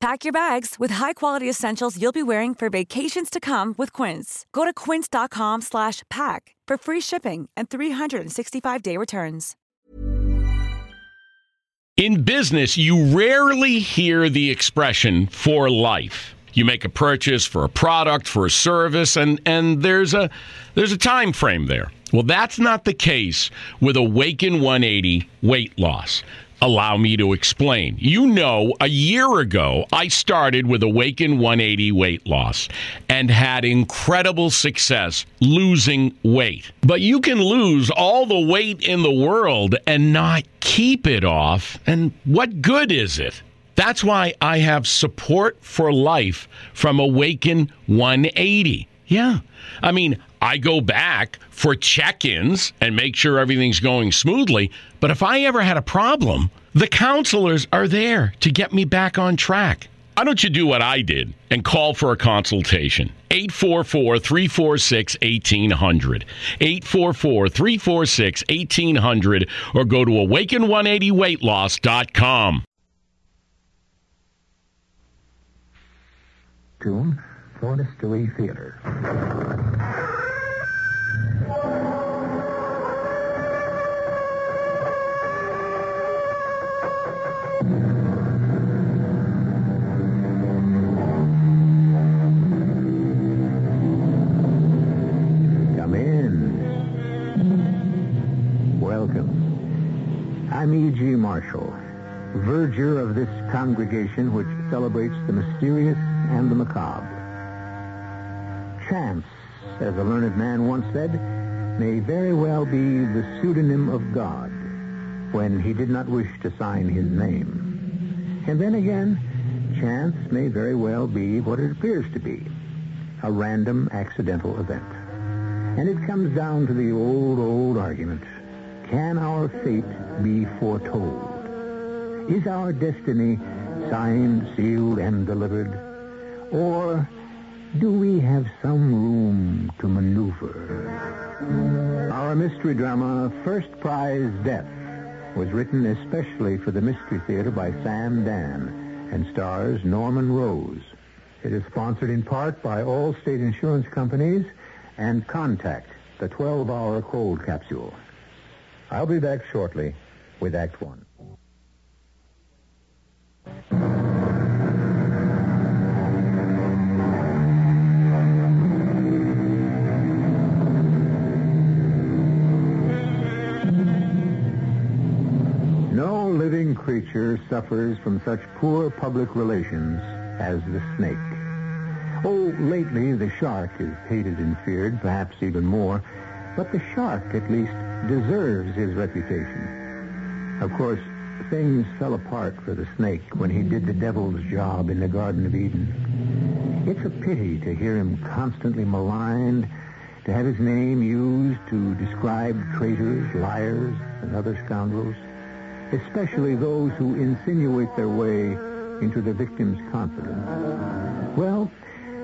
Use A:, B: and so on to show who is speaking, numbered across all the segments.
A: Pack your bags with high-quality essentials you'll be wearing for vacations to come with Quince. Go to quince.com slash pack for free shipping and 365-day returns.
B: In business, you rarely hear the expression for life. You make a purchase for a product, for a service, and, and there's a there's a time frame there. Well, that's not the case with Awaken 180 weight loss. Allow me to explain. You know, a year ago, I started with Awaken 180 weight loss and had incredible success losing weight. But you can lose all the weight in the world and not keep it off. And what good is it? That's why I have support for life from Awaken 180. Yeah. I mean, I go back for check ins and make sure everything's going smoothly. But if I ever had a problem, the counselors are there to get me back on track. Why don't you do what I did and call for a consultation? 844 346 1800. 844 346 1800 or go to awaken180weightloss.com.
C: Tune, Florida Stewie Theater. Come in. Welcome. I'm E.G. Marshall, verger of this congregation which celebrates the mysterious and the macabre. Chance, as a learned man once said, may very well be the pseudonym of God when he did not wish to sign his name. And then again, chance may very well be what it appears to be, a random accidental event. And it comes down to the old, old argument. Can our fate be foretold? Is our destiny signed, sealed, and delivered? Or do we have some room to maneuver? Our mystery drama, First Prize Death, was written especially for the Mystery Theater by Sam Dan and stars Norman Rose. It is sponsored in part by all state insurance companies and Contact, the 12-hour cold capsule. I'll be back shortly with Act One. No living creature suffers from such poor public relations as the snake. Oh, lately the shark is hated and feared, perhaps even more, but the shark at least deserves his reputation. Of course, things fell apart for the snake when he did the devil's job in the Garden of Eden. It's a pity to hear him constantly maligned, to have his name used to describe traitors, liars, and other scoundrels especially those who insinuate their way into the victim's confidence. Well,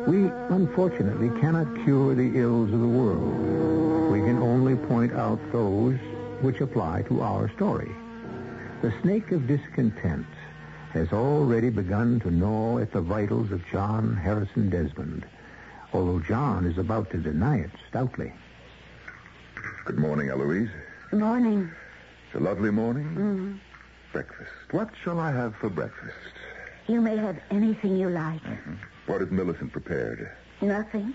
C: we unfortunately cannot cure the ills of the world. We can only point out those which apply to our story. The snake of discontent has already begun to gnaw at the vitals of John Harrison Desmond, although John is about to deny it stoutly.
D: Good morning, Eloise.
E: Morning. Mm.
D: It's a lovely morning. Breakfast. What shall I have for breakfast?
E: You may have anything you like.
D: What has Millicent prepared?
E: Nothing.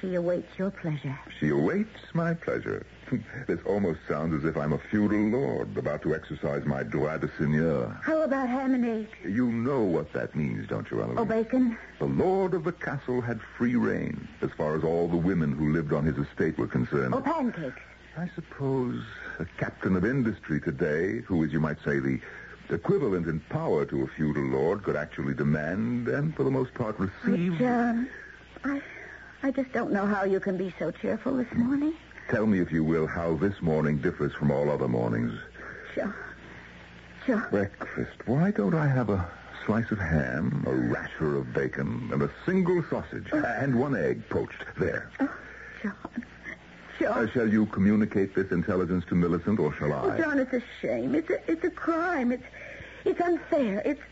E: She awaits your pleasure.
D: She awaits my pleasure. this almost sounds as if I'm a feudal lord about to exercise my droit de seigneur.
E: How about ham and eggs?
D: You know what that means, don't you, Eloise?
E: Oh, bacon?
D: The lord of the castle had free reign as far as all the women who lived on his estate were concerned.
E: Oh, pancakes?
D: I suppose a captain of industry today, who is, you might say, the equivalent in power to a feudal lord, could actually demand and, for the most part, receive.
E: John, um, I, I just don't know how you can be so cheerful this morning.
D: Tell me, if you will, how this morning differs from all other mornings.
E: John, John,
D: Breakfast. Why don't I have a slice of ham, a rasher of bacon, and a single sausage, and one egg poached? There.
E: Oh, John,
D: Uh,
E: John.
D: shall you communicate this intelligence to Millicent, or shall I?
E: Oh, John, it's a shame. It's a, it's a crime. It's, it's unfair. It's,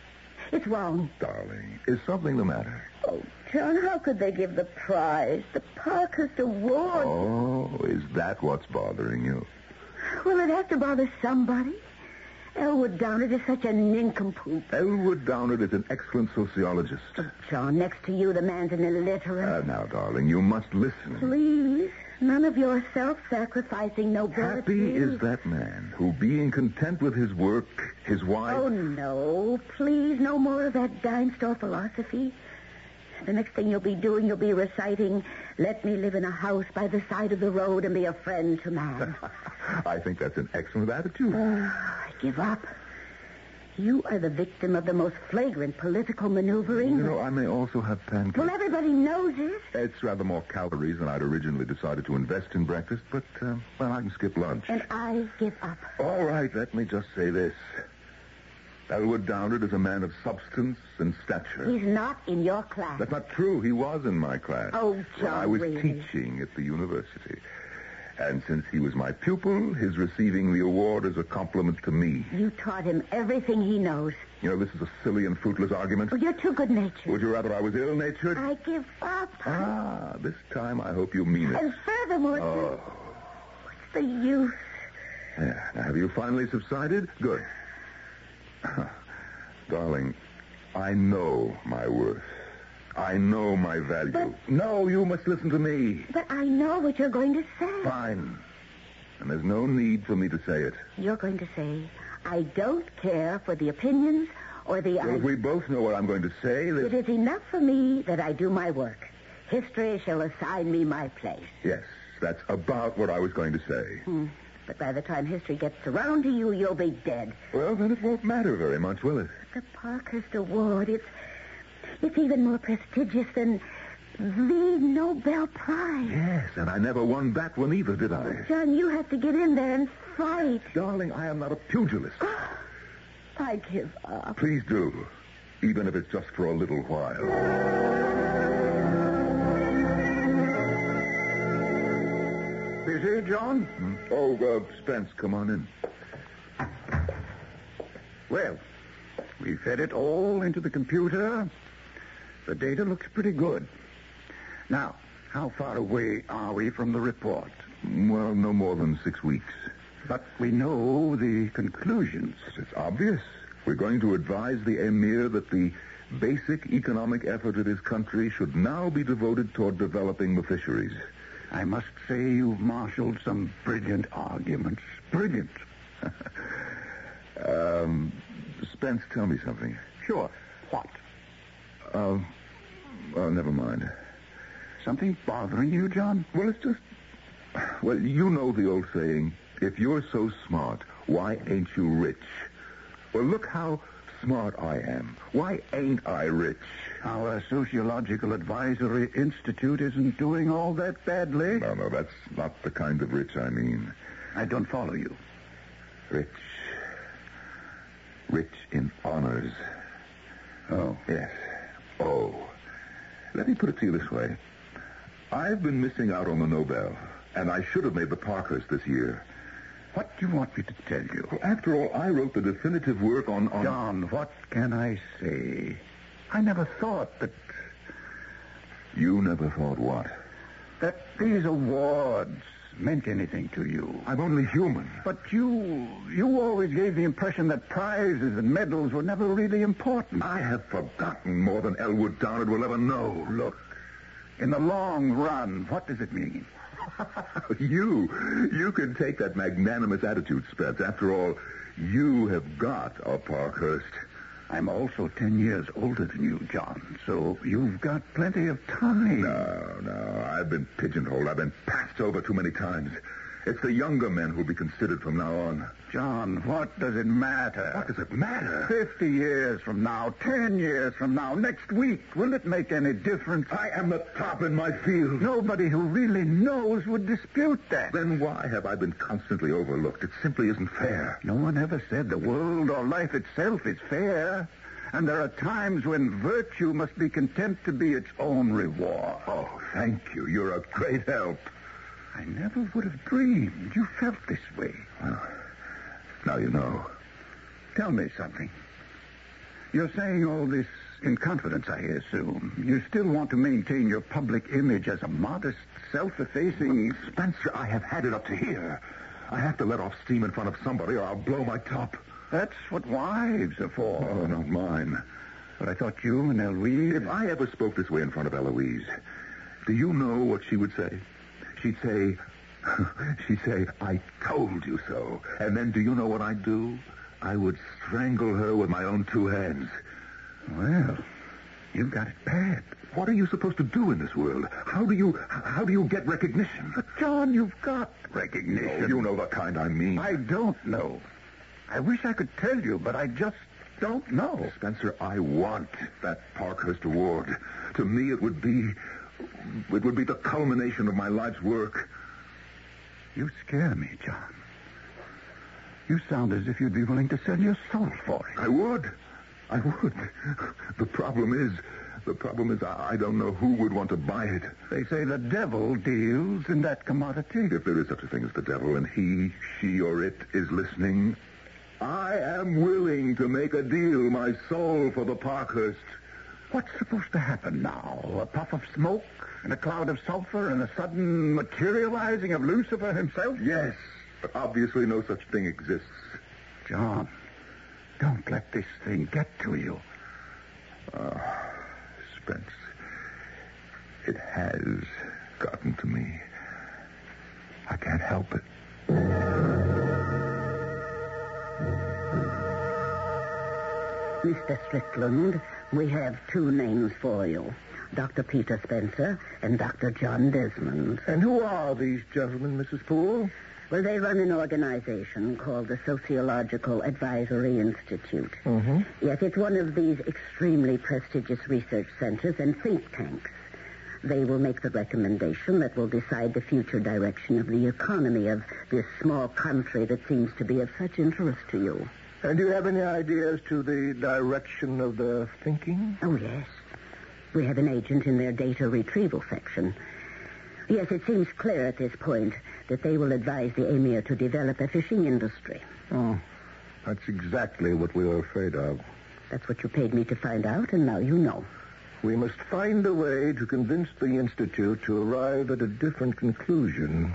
E: it's wrong.
D: Darling, is something the matter?
E: Oh, John, how could they give the prize, the Parkhurst Award?
D: Oh, is that what's bothering you?
E: Well, it has to bother somebody. Elwood Downard is such a nincompoop.
D: Elwood Downard is an excellent sociologist.
E: John, next to you, the man's an illiterate.
D: Uh, now, darling, you must listen.
E: Please, none of your self-sacrificing nobility.
D: Happy is that man who, being content with his work, his wife.
E: Oh, no. Please, no more of that dime store philosophy. The next thing you'll be doing, you'll be reciting, let me live in a house by the side of the road and be a friend to man.
D: I think that's an excellent attitude.
E: I give up. You are the victim of the most flagrant political maneuvering.
D: you know, I may also have pancakes.
E: Well, everybody knows it.
D: It's rather more calories than I'd originally decided to invest in breakfast, but, uh, well, I can skip lunch.
E: And I give up.
D: All right, let me just say this. Elwood Downard is a man of substance and stature.
E: He's not in your class.
D: That's not true. He was in my class.
E: Oh,
D: When I
E: John,
D: was
E: really?
D: teaching at the university. And since he was my pupil, his receiving the award is a compliment to me.
E: You taught him everything he knows.
D: You know, this is a silly and fruitless argument.
E: Oh, you're too good-natured.
D: Would you rather I was ill-natured?
E: I give up.
D: Ah, this time I hope you mean it.
E: And furthermore,
D: Oh,
E: what's the use?
D: yeah. Now, have you finally subsided? Good. Darling, I know my worth. I know my value. No, you must listen to me.
E: But I know what you're going to say.
D: Fine. And there's no need for me to say it.
E: You're going to say, I don't care for the opinions or the
D: Well, if we both know what I'm going to say,
E: It
D: then...
E: is enough for me that I do my work. History shall assign me my place. Hmm.
D: Yes, that's about what I was going to say.
E: But by the time history gets around to you, you'll be dead.
D: Well, then it won't matter very much, will it?
E: The Parkhurst Award, it's, it's even more prestigious than the Nobel Prize.
D: Yes, and I never won that one either, did I?
E: John, you have to get in there and fight.
D: Darling, I am not a pugilist.
E: I give up.
D: Please do, even if it's just for a little while.
C: Busy, John?
D: Oh, uh, Spence, come on in.
C: Well, we fed it all into the computer. The data looks pretty good. Now, how far away are we from the report?
D: Well, no more than six weeks.
C: But we know the conclusions.
D: It's obvious. We're going to advise the Emir that the basic economic effort of his country should now be devoted toward developing the fisheries.
C: I must say you've marshaled some brilliant arguments. Brilliant.
D: Um, Spence, tell me something.
C: Sure. What?
D: Uh, oh, never mind.
C: Something bothering you, John?
D: Well, it's just. Well, you know the old saying if you're so smart, why ain't you rich? Well, look how smart I am. Why ain't I rich?
C: Our Sociological Advisory Institute isn't doing all that badly.
D: No, no, that's not the kind of rich I mean.
C: I don't follow you.
D: Rich. Rich in honors. Oh. Yes. Oh. Let me put it to you this way. I've been missing out on the Nobel, and I should have made the Parkers this year. What do you want me to tell you? after all, I wrote the definitive work on... on... John, what can I say? I never thought that... You never thought what? That these awards meant anything to you. I'm only human. But you... you always gave the impression that prizes and medals were never really important. I have forgotten more than Elwood Downard will ever know. Look, in the long run, what does it mean? you, you can take that magnanimous attitude, Spence. After all, you have got a Parkhurst. I'm also ten years older than you, John, so you've got plenty of time. No, no, I've been pigeonholed. I've been passed over too many times. It's the younger men who'll be considered from now on. John, what does it matter? What does it matter? Fifty years from now, ten years from now, next week, will it make any difference? I am the top in my field. Nobody who really knows would dispute that. Then why have I been constantly overlooked? It simply isn't fair. No one ever said the world or life itself is fair. And there are times when virtue must be content to be its own reward. Oh, thank you. You're a great help. I never would have dreamed you felt this way. Well, now you know. Tell me something. You're saying all this in confidence, I assume. You still want to maintain your public image as a modest, self-effacing... Spencer, I have had it up to here. I have to let off steam in front of somebody or I'll blow my top. That's what wives are for. Oh, not mine. But I thought you and Eloise... If I ever spoke this way in front of Eloise, do you know what she would say? She'd say, she'd say, I told you so. And then do you know what I'd do? I would strangle her with my own two hands. Well, you've got it bad. What are you supposed to do in this world? How do you how do you get recognition? But John, you've got recognition. you know the kind I mean. I don't know. I wish I could tell you, but I just don't know. Spencer, I want that Parkhurst Award. To me, it would be it would be the culmination of my life's work. You scare me, John. You sound as if you'd be willing to sell your soul for it. I would. I would. The problem is, the problem is, I I don't know who would want to buy it. They say the devil deals in that commodity. If there is such a thing as the devil, and he, she, or it is listening, I am willing to make a deal, my soul for the Parkhurst. What's supposed to happen now? A puff of smoke and a cloud of sulfur and a sudden materializing of Lucifer himself? Yes, but obviously no such thing exists. John, don't let this thing get to you. Ah, Spence, it has gotten to me. I can't help it.
E: Mr. Strickland, we have two names for you Dr. Peter Spencer and Dr. John Desmond.
D: And who are these gentlemen, Mrs. Poole?
E: Well, they run an organization called the Sociological Advisory Institute.
D: Mm-hmm.
E: Yes, it's one of these extremely prestigious research centers and think tanks. They will make the recommendation that will decide the future direction of the economy of this small country that seems to be of such interest to you.
D: And do you have any ideas to the direction of their thinking?
E: Oh, yes. We have an agent in their data retrieval section. Yes, it seems clear at this point that they will advise the Emir to develop a fishing industry.
D: Oh, that's exactly what we were afraid of.
E: That's what you paid me to find out, and now you know.
D: We must find a way to convince the Institute to arrive at a different conclusion.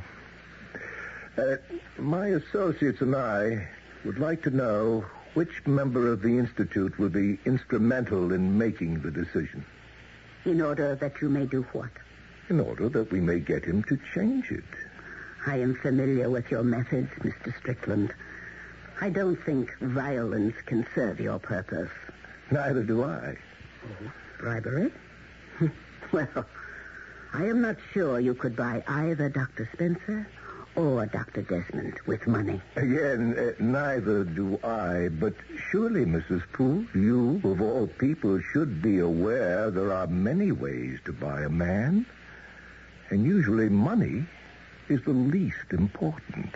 D: Uh, my associates and I would like to know which member of the Institute will be instrumental in making the decision,
E: In order that you may do what?
D: in order that we may get him to change it.
E: I am familiar with your methods, Mr. Strickland. I don't think violence can serve your purpose.
D: Neither do I.
E: Bribery? well, I am not sure you could buy either Dr. Spencer or Dr. Desmond with money.
D: Again, uh, neither do I, but surely, Mrs. Poole, you, of all people, should be aware there are many ways to buy a man, and usually money is the least important.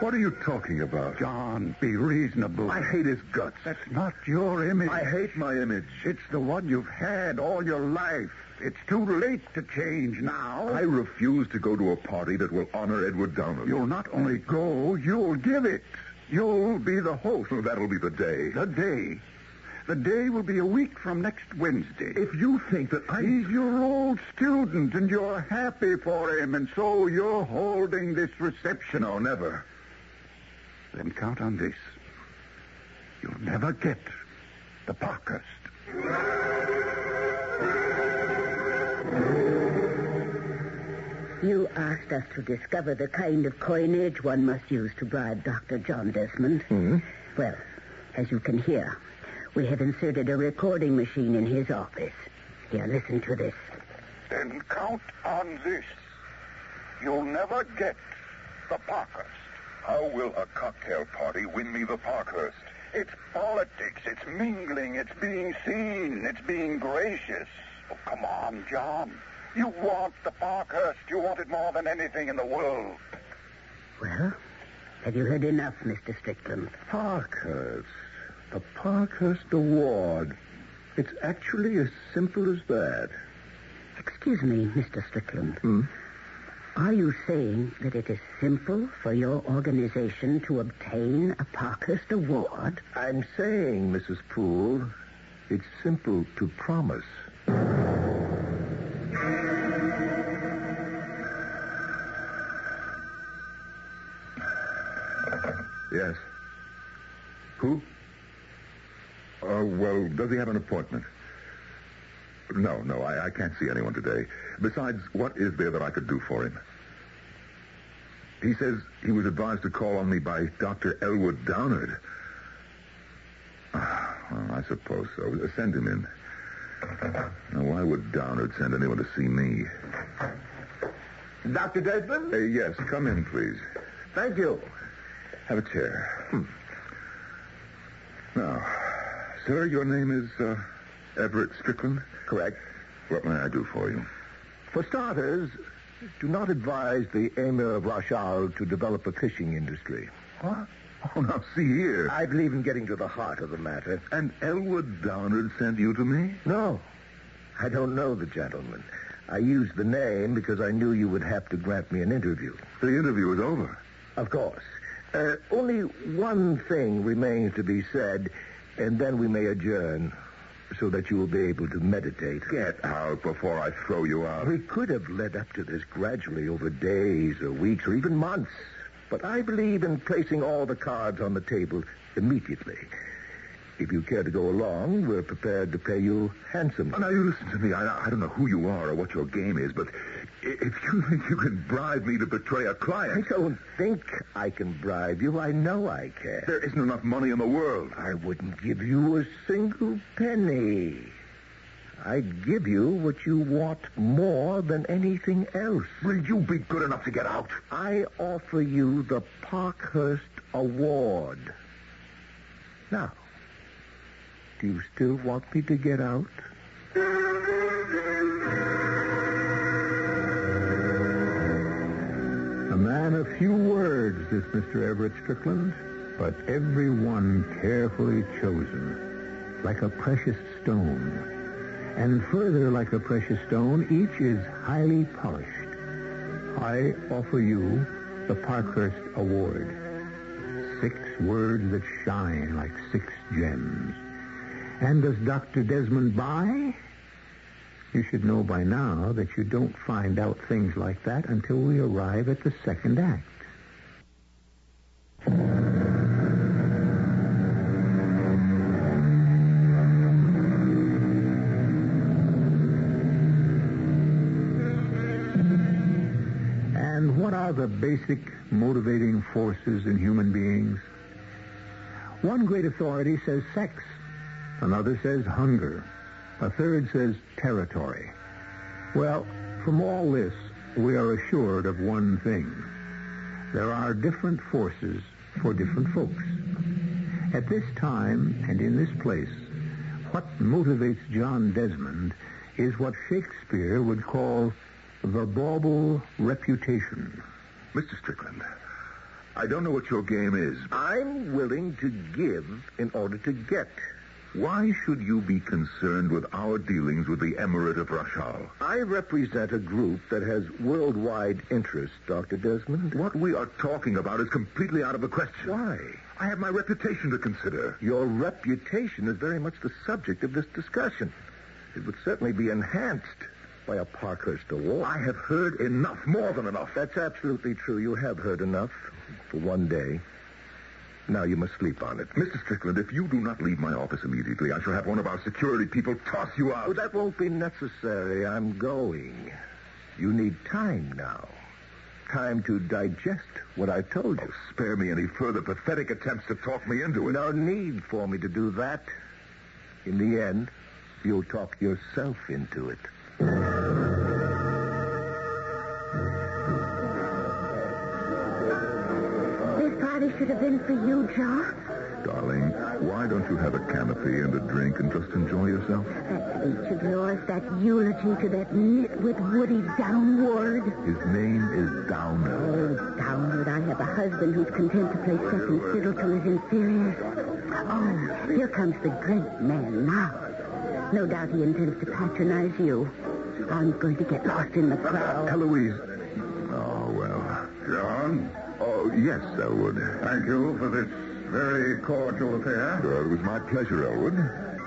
D: What are you talking about? John, be reasonable. I hate his guts. That's not your image. I hate my image. It's the one you've had all your life. It's too late to change now. I refuse to go to a party that will honor Edward Downard. You'll not only go, you'll give it. You'll be the host. Oh, That'll be the day. The day. The day will be a week from next Wednesday. If you think that I... He's your old student, and you're happy for him, and so you're holding this reception. No, never. Then count on this. You'll never get the Parkhurst.
E: You asked us to discover the kind of coinage one must use to bribe Dr. John Desmond.
D: Hmm?
E: Well, as you can hear, we have inserted a recording machine in his office. Here, listen to this.
D: Then count on this. You'll never get the Parkhurst. How will a cocktail party win me the Parkhurst? It's politics, it's mingling, it's being seen, it's being gracious. Oh, come on, John. You want the Parkhurst. You want it more than anything in the world.
E: Well, have you heard enough, Mr. Strickland?
D: Parkhurst. The Parkhurst Award. It's actually as simple as that.
E: Excuse me, Mr. Strickland. Are you saying that it is simple for your organization to obtain a Parkhurst Award?
D: I'm saying, Mrs. Poole, it's simple to promise. Yes. Who? Uh, well, does he have an appointment? No, no, I, I can't see anyone today. Besides, what is there that I could do for him? He says he was advised to call on me by Dr. Elwood Downard. Ah, well, I suppose so. Uh, Send him in. Now, why would Downard send anyone to see me? Dr. Desmond? yes, come in, please. Thank you. Have a chair. Hmm. Now, sir, your name is uh, Everett Strickland? Correct. What may I do for you?
F: For starters, do not advise the Emir of Rashal to develop a fishing industry.
D: What? Oh, now, see here.
F: I believe in getting to the heart of the matter.
D: And Elwood Downard sent you to me?
F: No, I don't know the gentleman. I used the name because I knew you would have to grant me an interview.
D: The interview is over.
F: Of course. Uh, only one thing remains to be said, and then we may adjourn so that you will be able to meditate.
D: Get out before I throw you out.
F: We could have led up to this gradually over days or weeks or even months, but I believe in placing all the cards on the table immediately. If you care to go along, we're prepared to pay you handsomely.
D: Oh, now, you listen to me. I, I don't know who you are or what your game is, but i- if you think you can bribe me to betray a
F: I
D: client,
F: don't think I can bribe you. I know I can.
D: there isn't enough money in the world.
F: I wouldn't give you a single penny. I'd give you what you want more than anything else.
D: Will you be good enough to get out?
F: I offer you the Parkhurst Award. Now, do you still want me to get out?
D: A man of few words, this Mr. Everett Strickland, but every one carefully chosen, like a precious stone. And further, like a precious stone, each is highly polished. I offer you the Parkhurst Award. Six words that shine like six gems. And does Dr. Desmond buy? You should know by now that you don't find out things like that until we arrive at the second act. And what are the basic motivating forces in human beings? One great authority says sex. Another says hunger. A third says territory. Well, from all this, we are assured of one thing. There are different forces for different folks. At this time and in this place, what motivates John Desmond is what Shakespeare would call the bauble reputation.
F: Mr. Strickland,
D: I don't know what your game is.
F: I'm willing to give in order to get.
D: Why should you be concerned with our dealings with the Emirate of Rashal? I represent a group that has worldwide interests, Dr. Desmond. What we are talking about is completely out of the question. Why? I have my reputation to consider. Your reputation is very much the subject of this discussion. It would certainly be enhanced by a Parkhurst award. I have heard enough, more than enough. That's absolutely true. You have heard enough for one day. Now you must sleep on it. Mr. Strickland, if you do not leave my office immediately, I shall have one of our security people toss you out. Oh, that won't be necessary. I'm going. You need time now. Time to digest what I told you. Oh, spare me any further pathetic attempts to talk me into it. No need for me to do that. In the end, you'll talk yourself into it.
E: This party should have been for you, Joe.
D: Darling, why don't you have a canopy and a drink and just enjoy yourself?
E: That speech of yours, that eulogy to that nitwit Woody downward.
D: His name is Downer.
E: Oh, downward, I have a husband who's content to play second fiddle to his inferiors. Oh, here comes the great man now. No doubt he intends to patronize you. I'm going to get lost in the crowd.
D: Eloise. Oh, well. John? Oh, yes, Elwood. Thank you for this very cordial affair. Well, it was my pleasure, Elwood.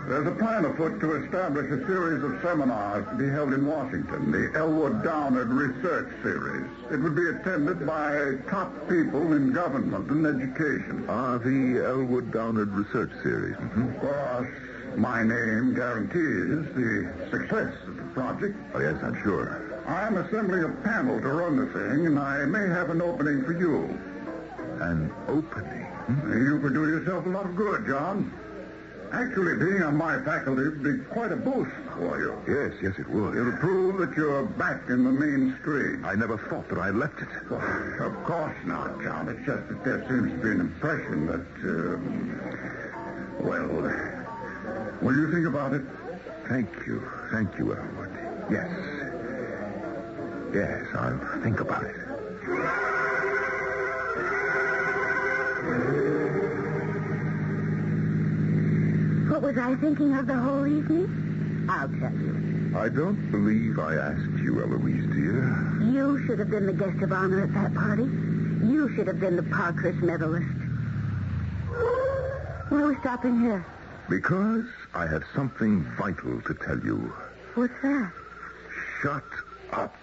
D: There's a plan afoot to establish a series of seminars to be held in Washington, the Elwood Downard Research Series. It would be attended by top people in government and education. Ah, the Elwood Downard Research Series. mm-hmm. Of course, my name guarantees the success of the project. Oh, yes, I'm sure. I'm assembling a panel to run the thing, and I may have an opening for you. An opening? Hmm? You could do yourself a lot of good, John. Actually, being on my faculty would be quite a boost for you. Yes, yes, it would. It'll prove that you're back in the mainstream. I never thought that I left it. of course not, John. It's just that there seems to be an impression that, um, well, will you think about it? Thank you. Thank you, Elwood. Yes. Yes, I'll think about it.
E: What was I thinking of the whole evening? I'll tell you.
D: I don't believe I asked you, Eloise, dear.
E: You should have been the guest of honor at that party. You should have been the Parkhurst medalist. Why are we stopping here?
D: Because I have something vital to tell you.
E: What's that?
D: Shut up.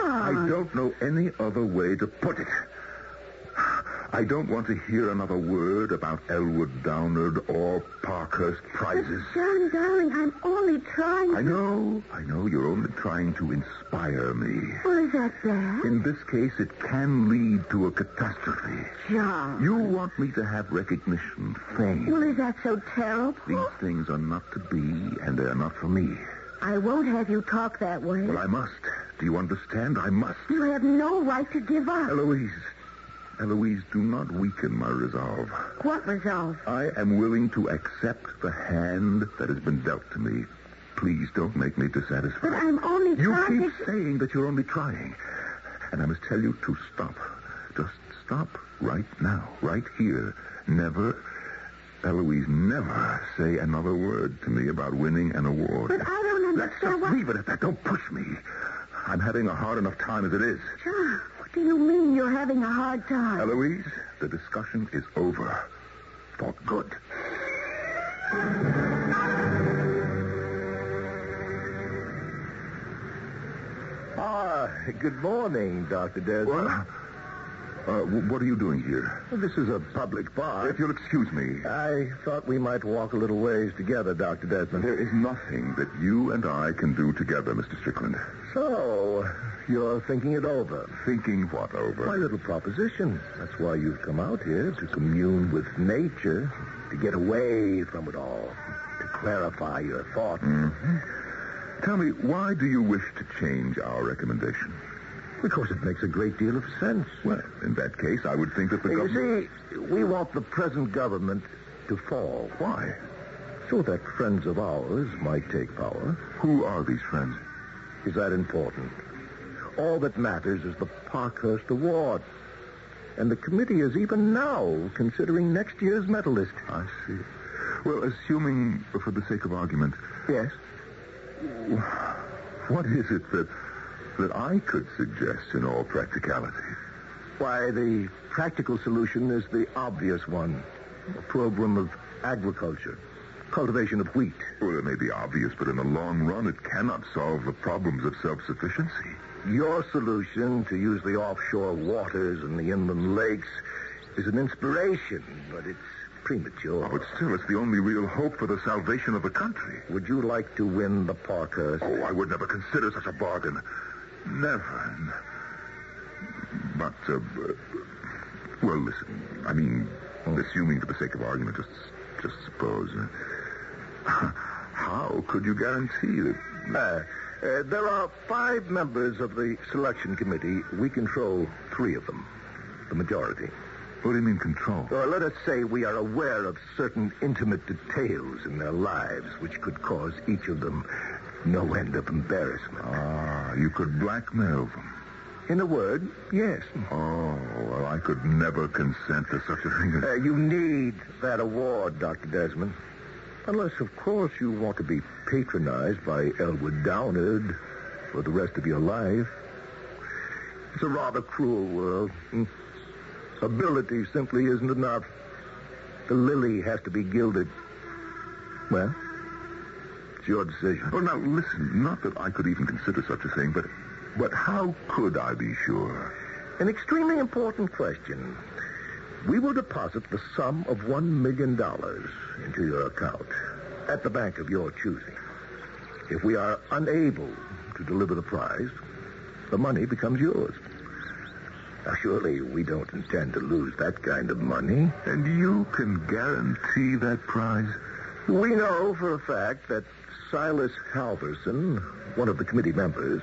D: I
E: John.
D: don't know any other way to put it. I don't want to hear another word about Elwood Downard or Parkhurst prizes.
E: John, darling, I'm only trying.
D: I know, I know you're only trying to inspire me.
E: Well, is that bad?
D: In this case, it can lead to a catastrophe.
E: John.
D: You want me to have recognition, fame.
E: Well, is that so terrible?
D: These things are not to be, and they're not for me.
E: I won't have you talk that way.
D: Well, I must. Do you understand? I must.
E: You have no right to give up.
D: Eloise. Eloise, do not weaken my resolve.
E: What resolve?
D: I am willing to accept the hand that has been dealt to me. Please don't make me dissatisfied.
E: But I'm only
D: You
E: trying
D: keep
E: to-
D: saying that you're only trying. And I must tell you to stop. Just stop right now, right here. Never, Eloise, never say another word to me about winning an award.
E: But I don't
D: Let's
E: understand
D: just
E: what.
D: leave it at that. Don't push me. I'm having a hard enough time as it is.
E: John, what do you mean you're having a hard time?
D: Eloise, the discussion is over. For good. Ah, good morning, Dr. Desmond. Uh, wh- what are you doing here? this is a public bar. If you'll excuse me. I thought we might walk a little ways together, Dr. Desmond. There is nothing that you and I can do together, Mr. Strickland. So, you're thinking it over. Thinking what over? My little proposition. That's why you've come out here, to commune with nature, to get away from it all, to clarify your thoughts. Mm-hmm. Tell me, why do you wish to change our recommendation? Because it makes a great deal of sense. Well, in that case, I would think that the government. You see, we want the present government to fall. Why? So that friends of ours might take power. Who are these friends? Is that important? All that matters is the Parkhurst Award. And the committee is even now considering next year's medalist. I see. Well, assuming, for the sake of argument. Yes? What is it that, that I could suggest in all practicality? Why, the practical solution is the obvious one. A program of agriculture. Cultivation of wheat. Well, it may be obvious, but in the long run, it cannot solve the problems of self-sufficiency. Your solution to use the offshore waters and the inland lakes is an inspiration, but it's premature. Oh, but still, it's the only real hope for the salvation of the country. Would you like to win the Parkers? Oh, I would never consider such a bargain. Never. But, uh, b- well, listen. I mean, assuming for the sake of argument, just, just suppose. uh, how could you guarantee that? uh, there are five members of the selection committee. We control three of them, the majority. What do you mean control? Or let us say we are aware of certain intimate details in their lives which could cause each of them no end of embarrassment. Ah, you could blackmail them. In a word, yes. Oh, well, I could never consent to such a thing. Uh, you need that award, Dr. Desmond. Unless, of course, you want to be patronized by Elwood Downard for the rest of your life. It's a rather cruel world. Mm. Ability simply isn't enough. The lily has to be gilded. Well, it's your decision. Well, now, listen, not that I could even consider such a thing, but, but how could I be sure? An extremely important question. We will deposit the sum of one million dollars into your account at the bank of your choosing. If we are unable to deliver the prize, the money becomes yours. Now, surely we don't intend to lose that kind of money. And you can guarantee that prize? We know for a fact that Silas Halverson, one of the committee members,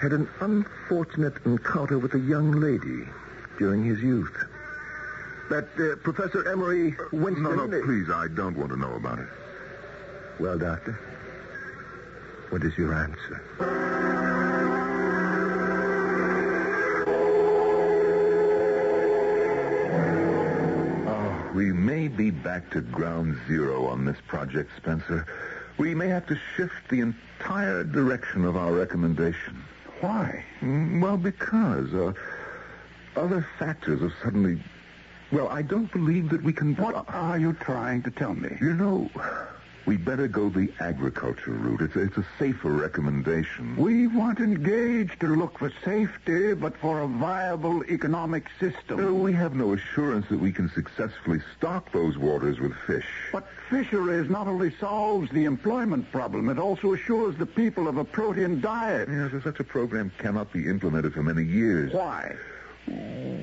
D: had an unfortunate encounter with a young lady during his youth. That uh, Professor Emery Winston... No, no, please, I don't want to know about it. Well, Doctor, what is your answer? Oh, we may be back to ground zero on this project, Spencer. We may have to shift the entire direction of our recommendation. Why? Mm, Well, because uh, other factors have suddenly. Well, I don't believe that we can. What are you trying to tell me? You know, we better go the agriculture route. It's, it's a safer recommendation. We want engaged to look for safety, but for a viable economic system. Uh, we have no assurance that we can successfully stock those waters with fish. But fisheries not only solves the employment problem, it also assures the people of a protein diet. Yes, but such a program cannot be implemented for many years. Why?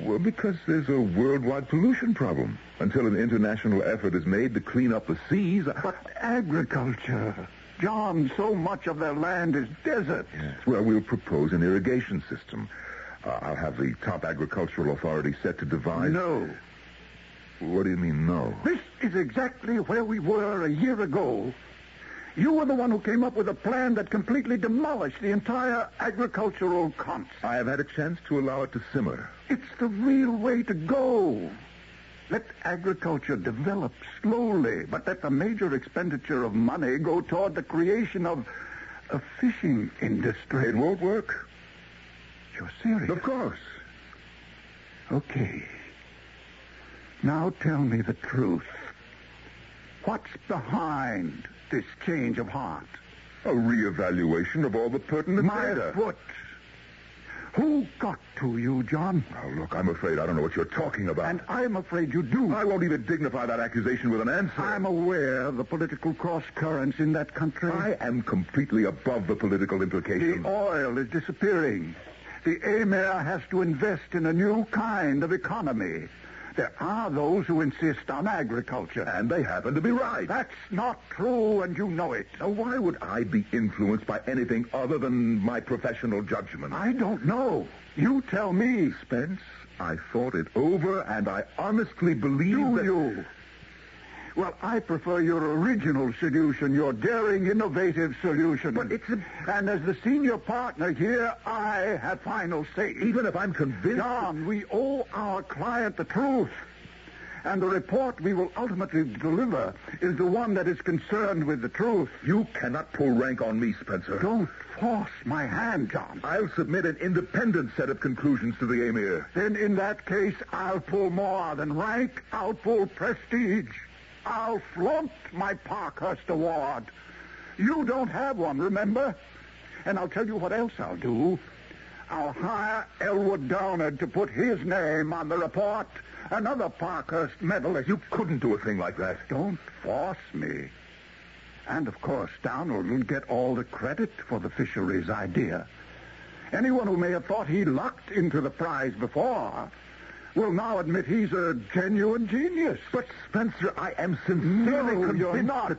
D: Well, because there's a worldwide pollution problem. Until an international effort is made to clean up the seas. uh, But agriculture. John, so much of their land is desert. Yes. Well, we'll propose an irrigation system. Uh, I'll have the top agricultural authority set to devise. No. What do you mean, no? This is exactly where we were a year ago. You were the one who came up with a plan that completely demolished the entire agricultural concept. I have had a chance to allow it to simmer. It's the real way to go. Let agriculture develop slowly, but let the major expenditure of money go toward the creation of a fishing industry. It won't work. You're serious? Of course. Okay. Now tell me the truth. What's behind this change of heart? A reevaluation of all the pertinent My data. foot. Who got to you, John? Now, look, I'm afraid I don't know what you're talking about. And I'm afraid you do. I won't even dignify that accusation with an answer. I'm aware of the political cross currents in that country. I am completely above the political implications. The oil is disappearing. The Emir has to invest in a new kind of economy. There are those who insist on agriculture. And they happen to be right. That's not true, and you know it. Now, why would I be influenced by anything other than my professional judgment? I don't know. You tell me. Spence, I thought it over, and I honestly believe Do that... you? Well, I prefer your original solution, your daring, innovative solution. But it's a... And as the senior partner here, I have final say. Even if I'm convinced... John, we owe our client the truth. and the report we will ultimately deliver is the one that is concerned with the truth. You cannot pull rank on me, Spencer. Don't force my hand, John. I'll submit an independent set of conclusions to the Emir. Then in that case, I'll pull more than rank. I'll pull prestige. I'll flaunt my Parkhurst Award. You don't have one, remember? And I'll tell you what else I'll do. I'll hire Elwood Downard to put his name on the report. Another Parkhurst medalist. You couldn't do a thing like that. Don't force me. And of course, Downard will get all the credit for the fisheries idea. Anyone who may have thought he lucked into the prize before will now admit he's a genuine genius. But Spencer, I am sincerely no, You're
G: convinced
D: not.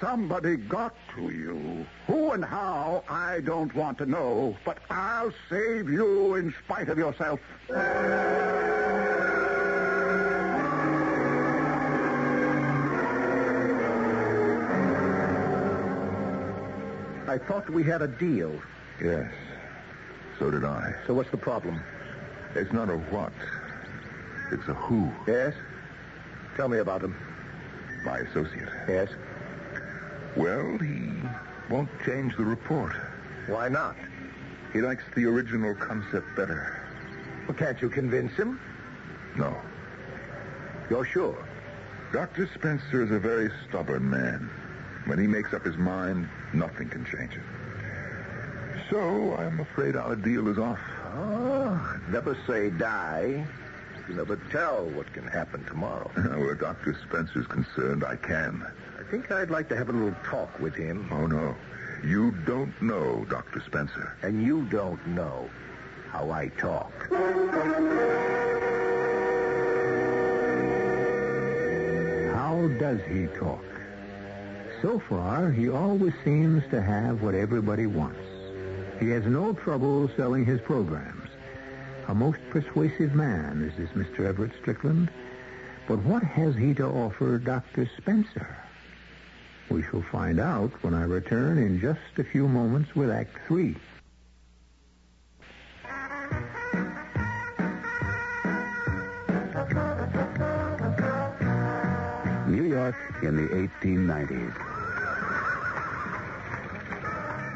D: Somebody got to you. Who and how, I don't want to know, but I'll save you in spite of yourself.
G: I thought we had a deal.
D: Yes. So did I.
G: So what's the problem?
D: It's not a what. It's a who.
G: Yes? Tell me about him.
D: My associate.
G: Yes?
D: Well, he won't change the report.
G: Why not?
D: He likes the original concept better.
G: Well, can't you convince him?
D: No.
G: You're sure?
D: Dr. Spencer is a very stubborn man. When he makes up his mind, nothing can change it. So I'm afraid our deal is off.
G: Oh, never say die. You never tell what can happen tomorrow.
D: Where Dr. Spencer's concerned, I can.
G: I think I'd like to have a little talk with him.
D: Oh, no. You don't know Dr. Spencer.
G: And you don't know how I talk.
C: How does he talk? So far, he always seems to have what everybody wants. He has no trouble selling his programs. A most persuasive man is this Mr. Everett Strickland. But what has he to offer Dr. Spencer? We shall find out when I return in just a few moments with Act Three.
G: New York in the 1890s.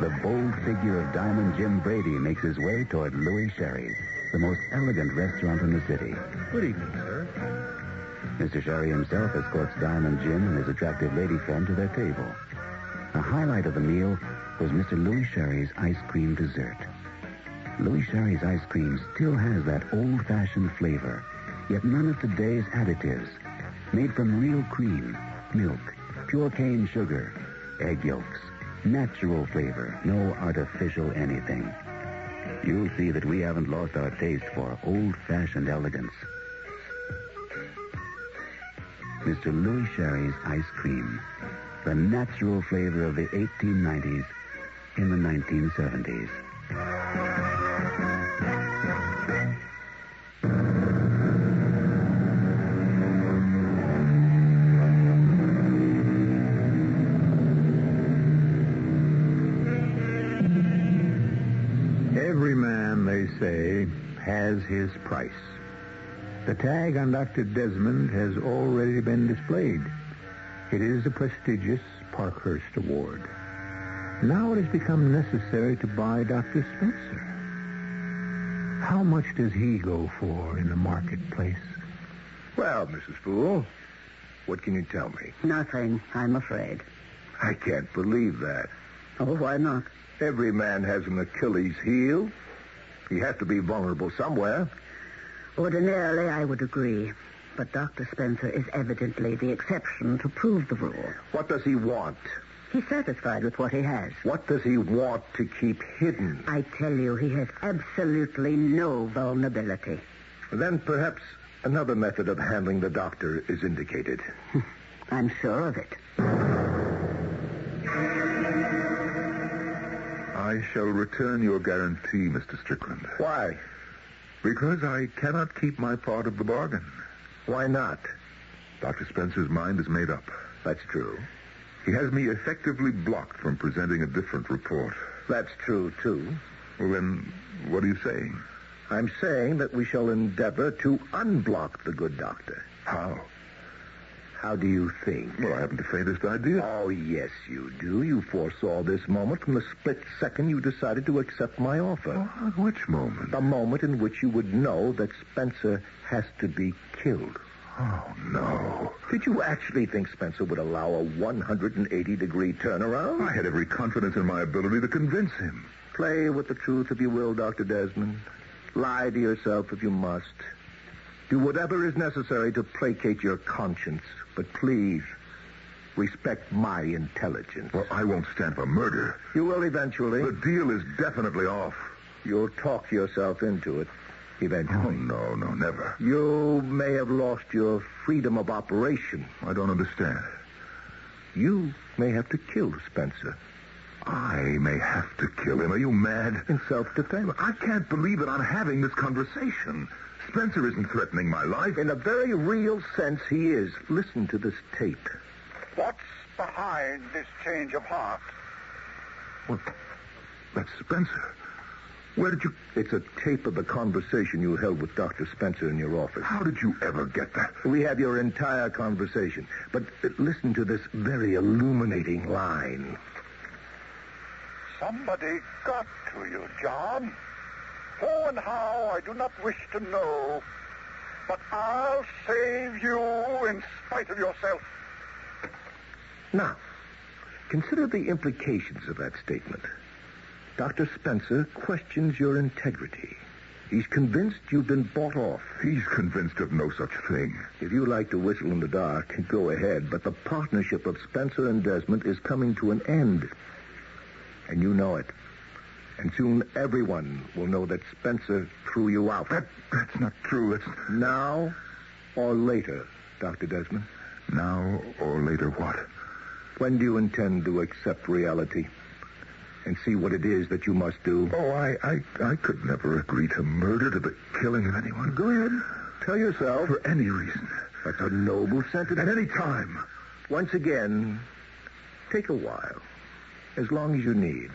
G: The bold figure of Diamond Jim Brady makes his way toward Louis Sherry's, the most elegant restaurant in the city. Good evening, sir. Mr. Sherry himself escorts Diamond Jim and his attractive lady friend to their table. The highlight of the meal was Mr. Louis Sherry's ice cream dessert. Louis Sherry's ice cream still has that old-fashioned flavor, yet none of today's additives. Made from real cream, milk, pure cane sugar, egg yolks, natural flavor, no artificial anything. You'll see that we haven't lost our taste for old-fashioned elegance. Mr. Louis Sherry's ice cream, the natural flavor of the 1890s in the 1970s.
C: Every man, they say, has his price. The tag on Dr. Desmond has already been displayed. It is the prestigious Parkhurst Award. Now it has become necessary to buy Dr. Spencer. How much does he go for in the marketplace?
G: Well, Mrs. Fool, what can you tell me?
E: Nothing, I'm afraid.
G: I can't believe that.
E: Oh, why not?
G: Every man has an Achilles heel. He has to be vulnerable somewhere.
E: Ordinarily, I would agree. But Dr. Spencer is evidently the exception to prove the rule.
G: What does he want?
E: He's satisfied with what he has.
G: What does he want to keep hidden?
E: I tell you, he has absolutely no vulnerability.
G: Then perhaps another method of handling the doctor is indicated.
E: I'm sure of it.
D: I shall return your guarantee, Mr. Strickland.
G: Why?
D: Because I cannot keep my part of the bargain.
G: Why not?
D: Dr. Spencer's mind is made up.
G: That's true.
D: He has me effectively blocked from presenting a different report.
G: That's true, too.
D: Well, then, what are you saying?
G: I'm saying that we shall endeavor to unblock the good doctor.
D: How?
F: How do you think?
D: Well, I haven't the faintest idea.
F: Oh, yes, you do. You foresaw this moment from the split second you decided to accept my offer.
D: Well, at which moment?
F: The moment in which you would know that Spencer has to be killed.
D: Oh, no.
F: Did you actually think Spencer would allow a 180-degree turnaround?
D: I had every confidence in my ability to convince him.
F: Play with the truth if you will, Dr. Desmond. Lie to yourself if you must. Do whatever is necessary to placate your conscience, but please respect my intelligence.
D: Well, I won't stand for murder.
F: You will eventually.
D: The deal is definitely off.
F: You'll talk yourself into it eventually.
D: Oh, no, no, never.
F: You may have lost your freedom of operation.
D: I don't understand.
F: You may have to kill Spencer.
D: I may have to kill him. Are you mad?
F: In self-defense.
D: I can't believe that I'm having this conversation. Spencer isn't threatening my life.
F: In a very real sense, he is. Listen to this tape.
H: What's behind this change of heart?
D: Well, that's Spencer. Where did you...
F: It's a tape of a conversation you held with Dr. Spencer in your office.
D: How did you ever get that?
F: We have your entire conversation. But listen to this very illuminating line.
H: Somebody got to you, John. Who and how, I do not wish to know. But I'll save you in spite of yourself.
F: Now, consider the implications of that statement. Dr. Spencer questions your integrity. He's convinced you've been bought off.
D: He's convinced of no such thing.
F: If you like to whistle in the dark, go ahead. But the partnership of Spencer and Desmond is coming to an end. And you know it. And soon everyone will know that Spencer threw you out.
D: That, that's not true. It's
F: now or later, Dr. Desmond.
D: Now or later what?
F: When do you intend to accept reality and see what it is that you must do?
D: Oh, I, I, I could never agree to murder, to the killing of anyone.
F: Go ahead. Tell yourself.
D: For any reason.
F: That's a noble sentiment.
D: At any time.
F: Once again, take a while. As long as you need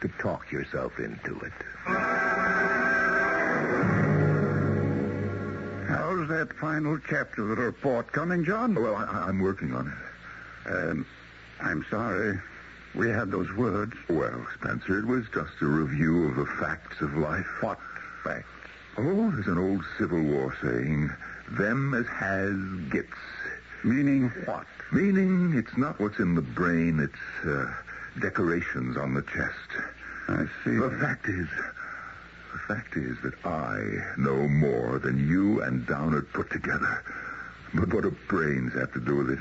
F: to talk yourself into it.
H: How's that final chapter of the report coming, John?
D: Well, I, am working on it.
H: Um, I'm sorry. We had those words.
D: Well, Spencer, it was just a review of the facts of life.
H: What facts?
D: Oh, there's an old Civil War saying, them as has gets.
H: Meaning what?
D: Meaning it's not what's in the brain, it's, uh, decorations on the chest.
H: I see.
D: The fact is, the fact is that I know more than you and Downer put together. But what do brains have to do with it?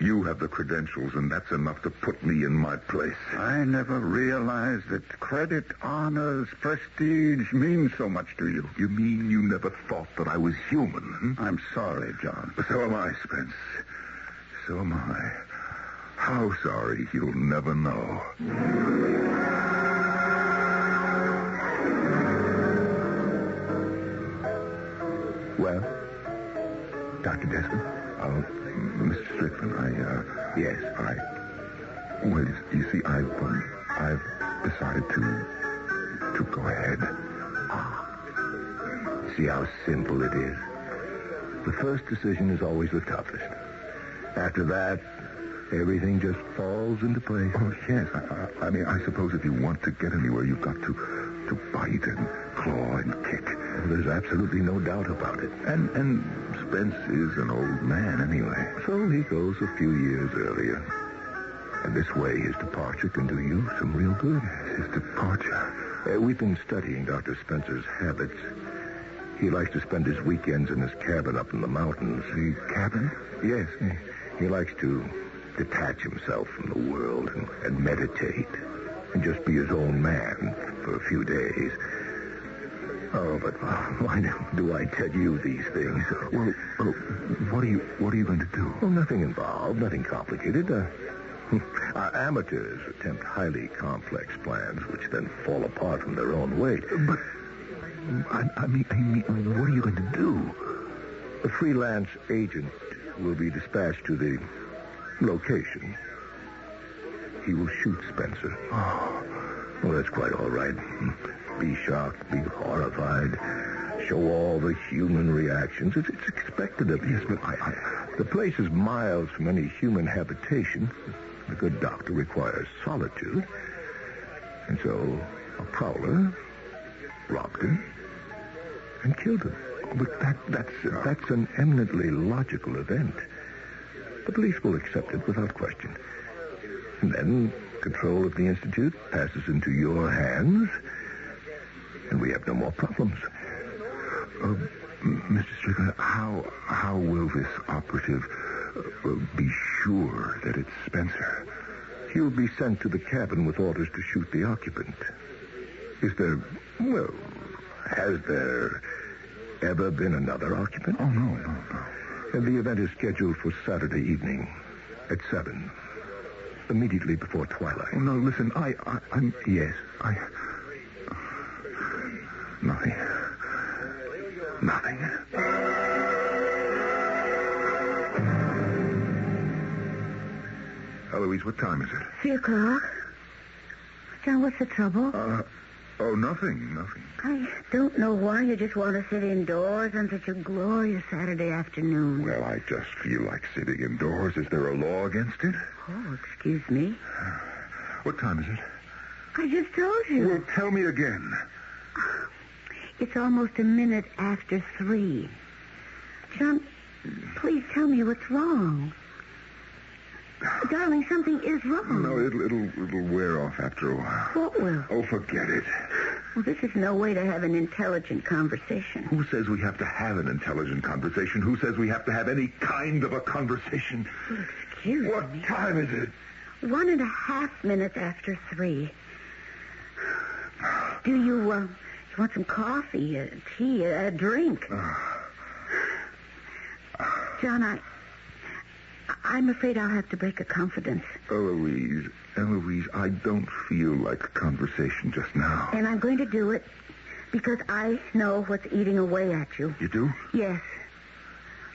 D: You have the credentials, and that's enough to put me in my place.
H: I never realized that credit, honors, prestige mean so much to you.
D: You mean you never thought that I was human? Hmm?
H: I'm sorry, John.
D: So am I, Spence. So am I. How sorry you'll never know.
F: Well, Dr. Desmond?
D: Oh, Mr. Strickland, I, uh,
F: Yes?
D: I... Well, you, you see, I've, um, I've decided to... to go ahead.
F: Ah. See how simple it is? The first decision is always the toughest. After that, Everything just falls into place.
D: Oh, yes. I, I, I, mean, I suppose if you want to get anywhere, you've got to to bite and claw and kick.
F: Well, there's absolutely no doubt about it.
D: And and Spence is an old man anyway.
F: So he goes a few years earlier. And this way, his departure can do you some real good.
D: His departure?
F: Uh, we've been studying Dr. Spencer's habits. He likes to spend his weekends in his cabin up in the mountains.
D: The cabin?
F: Yes. He, he likes to detach himself from the world and, and, meditate and just be his own man for a few days. Oh, but why do I tell you these things?
D: Well, well what are you what are you going to do?
F: Well, nothing involved, nothing complicated. Uh,
D: uh,
F: our amateurs attempt highly complex plans, which then fall apart from their own weight.
D: But I, I mean, I mean, what are you going to do?
F: A freelance agent will be dispatched to the location. He will shoot Spencer.
D: Oh,
F: well, that's quite all right. Be shocked, be horrified.
D: show all the human reactions. It's, it's expected of you. Yes, but I, I, the place is miles from any human habitation. A good doctor requires solitude. And so a prowler robbed him and killed him. But that, that's, that's an eminently logical event. The police will accept it without question. And then control of the Institute passes into your hands, and we have no more problems. Uh, Mr. Strickland, how, how will this operative uh, uh, be sure that it's Spencer? He'll be sent to the cabin with orders to shoot the occupant. Is there, well, has there ever been another occupant? Oh, no, no, no. The event is scheduled for Saturday evening at 7, immediately before twilight. Oh, no, listen, I, I, I'm... Yes, I... Nothing. Nothing. Eloise, what time is it?
E: Three o'clock. John, what's the trouble?
D: Uh, oh, nothing, nothing.
E: I don't know why you just want to sit indoors on such a glorious Saturday afternoon.
D: Well, I just feel like sitting indoors. Is there a law against it?
E: Oh, excuse me.
D: What time is it?
E: I just told you.
D: Well, tell me again.
E: It's almost a minute after three. John, please tell me what's wrong. Darling, something is wrong.
D: No, it'll, it'll, it'll wear off after a while.
E: What will?
D: Oh, forget it.
E: Well, this is no way to have an intelligent conversation.
D: Who says we have to have an intelligent conversation? Who says we have to have any kind of a conversation?
E: Excuse
D: What
E: me.
D: time is it?
E: One and a half minutes after three. Do you, uh, you want some coffee, uh, tea, a drink? John, I, I'm afraid I'll have to break a confidence,
D: Eloise, Eloise, I don't feel like a conversation just now.
E: and I'm going to do it because I know what's eating away at you.
D: You do?
E: Yes,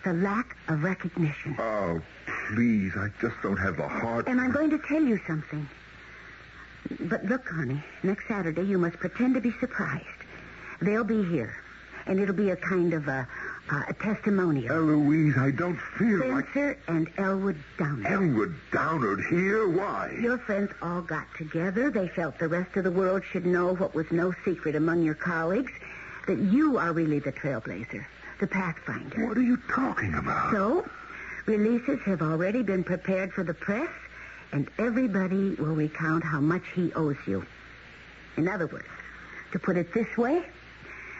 E: the lack of recognition.
D: Oh, please, I just don't have the heart.
E: And I'm going to tell you something. But look, Connie, next Saturday you must pretend to be surprised. They'll be here, and it'll be a kind of a, a testimonial.
D: Eloise, I don't feel like...
E: Spencer and Elwood Downer.
D: Elwood Downard here? Why?
E: Your friends all got together. They felt the rest of the world should know what was no secret among your colleagues, that you are really the trailblazer, the pathfinder.
D: What are you talking about?
E: So, releases have already been prepared for the press, and everybody will recount how much he owes you. In other words, to put it this way,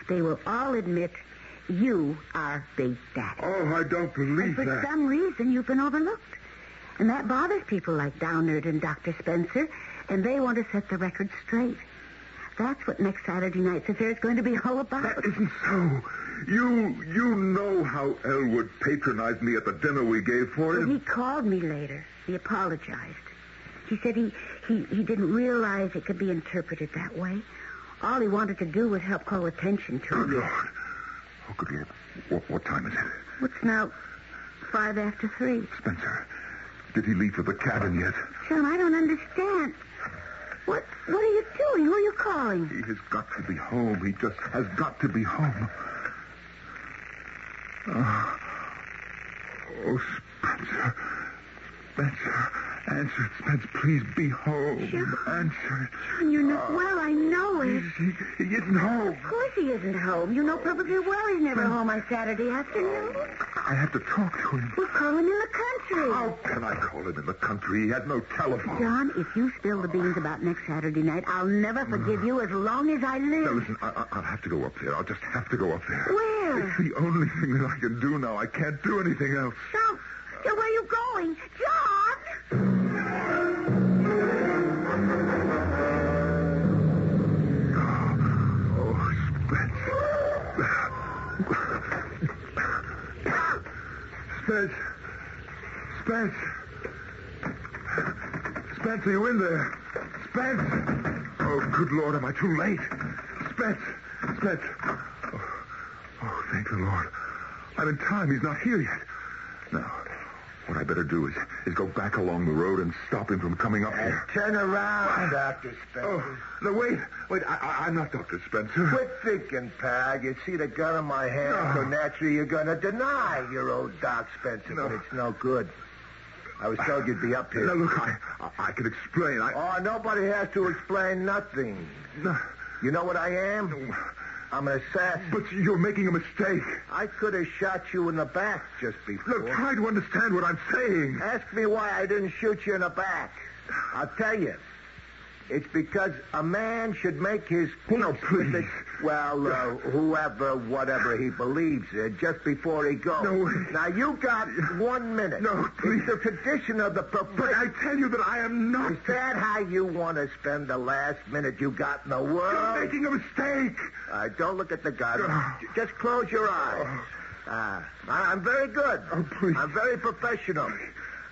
E: they will all admit you are Big Daddy.
D: Oh, I don't
E: and
D: believe
E: for
D: that.
E: some reason, you've been overlooked. And that bothers people like Downard and Dr. Spencer, and they want to set the record straight. That's what next Saturday night's affair is going to be all about.
D: That isn't so. You you know how Elwood patronized me at the dinner we gave for
E: Well,
D: him.
E: he called me later. He apologized. He said he, he, he didn't realize it could be interpreted that way. All he wanted to do was help call attention to
D: Good
E: it.
D: Lord. Oh, good Lord. What, what time is it?
E: What's now five after three?
D: Spencer, did he leave for the cabin yet?
E: John, I don't understand. What what are you doing? Who are you calling?
D: He has got to be home. He just has got to be home. Ah. oh, Spencer. Spencer. Answer it, Spence. Please be home. Answer it.
E: John, you're not well. I know it.
D: He, Uh, he isn't home.
E: Of course he isn't home. You know perfectly well he's never home on Saturday afternoon.
D: I have to talk to him.
E: We're calling in the country.
D: How can I call him in the country? He had no telephone.
E: John, if you spill the beans about next Saturday night, I'll never forgive you as long as I live.
D: Now, listen, I, I, I'll have to go up there. I'll just have to go up there.
E: Where?
D: It's the only thing that I can do now. I can't do anything else.
E: John, John, where are you going? John!
D: Oh, Spence. Spence. Spence. Spence, are you in there? Spence. Oh, good Lord, am I too late? Spence. Spence. Oh, oh thank the Lord. I'm in time. He's not here yet. Now, What I better do is, is go back along the road and stop him from coming up here.
F: Turn around, Dr.
D: Oh,
F: Spencer.
D: no, wait. Wait, I, I, I'm not Dr. Spencer.
F: Quit thinking, pal. You see the gun in my hand, so naturally you're going to deny your old Doc Spencer,
D: No.
F: but it's no good. I was told you'd be up here.
D: Now, look, I, I, I can explain. I...
F: Oh, nobody has to explain nothing.
D: No.
F: You know what I am? I'm an assassin.
D: But you're making a mistake.
F: I could have shot you in the back just before.
D: Look, try to understand what I'm saying.
F: Ask me why I didn't shoot you in the back. I'll tell you. It's because a man should make his peace
D: No,
F: with the-
D: please.
F: well, uh, whoever, whatever he believes in, just before he goes.
D: No, wait.
F: Now you got one minute.
D: No, please.
F: It's the tradition of the
D: But I
F: profession.
D: tell you that I am not.
F: Is that how you want to spend the last minute you got in the world?
D: You're making a mistake.
F: All right, don't look at the gun.
D: Oh.
F: J- Just close your eyes. Ah, I- I'm very good.
D: Oh, please.
F: I'm very professional.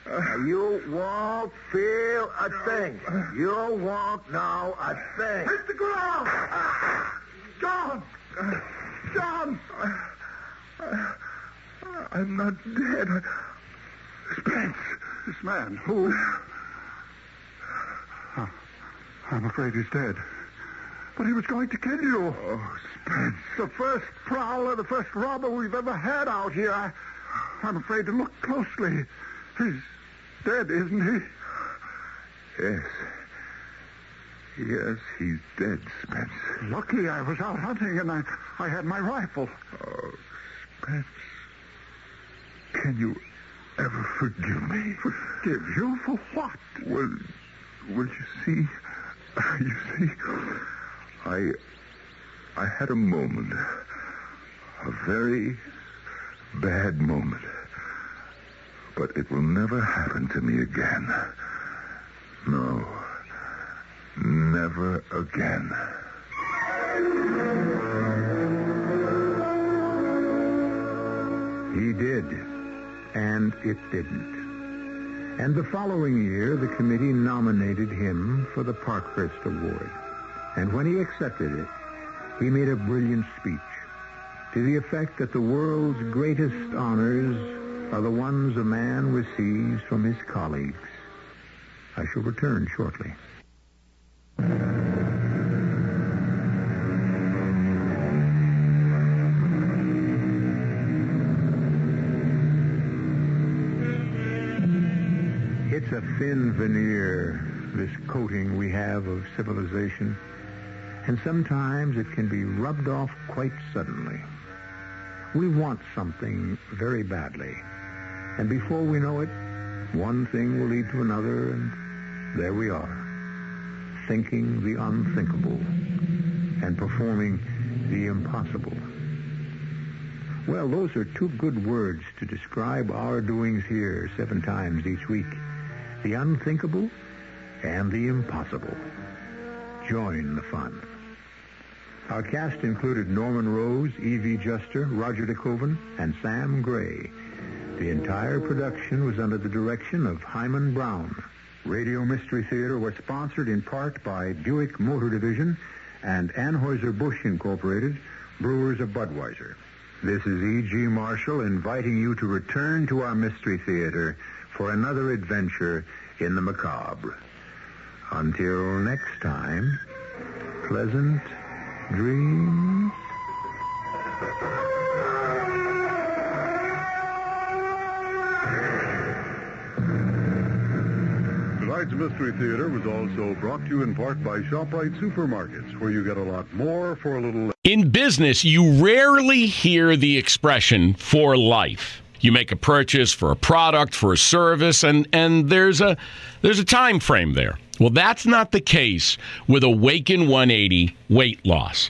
F: Now, you won't feel a thing. You won't know a thing.
D: Hit the ground. John. John. I'm not dead. Spence. This man. Who? I'm afraid he's dead. But he was going to kill you. Oh, Spence. The first prowler, the first robber we've ever had out here. I, I'm afraid to look closely. He's dead, isn't he? Yes. Yes, he's dead, Spence. Lucky I was out hunting and I, I had my rifle. Oh, Spence. Can you ever forgive me? Forgive you for what? Well, well, you see, you see, I, I had a moment, a very bad moment, but it will never happen to me again. No. Never again.
C: He did, and it didn't. And the following year, the committee nominated him for the Parkhurst Award. And when he accepted it, he made a brilliant speech to the effect that the world's greatest honors are the ones a man receives from his colleagues. I shall return shortly. It's a thin veneer, this coating we have of civilization. And sometimes it can be rubbed off quite suddenly. We want something very badly. And before we know it, one thing will lead to another, and there we are, thinking the unthinkable and performing the impossible. Well, those are two good words to describe our doings here seven times each week. The unthinkable and the impossible. Join the fun. Our cast included Norman Rose, E.V. Juster, Roger DeCoven, and Sam Gray. The entire production was under the direction of Hyman Brown. Radio Mystery Theater was sponsored in part by Buick Motor Division and Anheuser-Busch Incorporated, Brewers of Budweiser. This is E.G. Marshall inviting you to return to our Mystery Theater for another adventure in the macabre. Until next time, pleasant dreams.
D: Tonight's Mystery Theater was also brought to you in part by ShopRite Supermarkets, where you get a lot more for a little less.
B: In business, you rarely hear the expression for life. You make a purchase for a product, for a service, and, and there's a there's a time frame there. Well, that's not the case with Awaken 180 weight loss.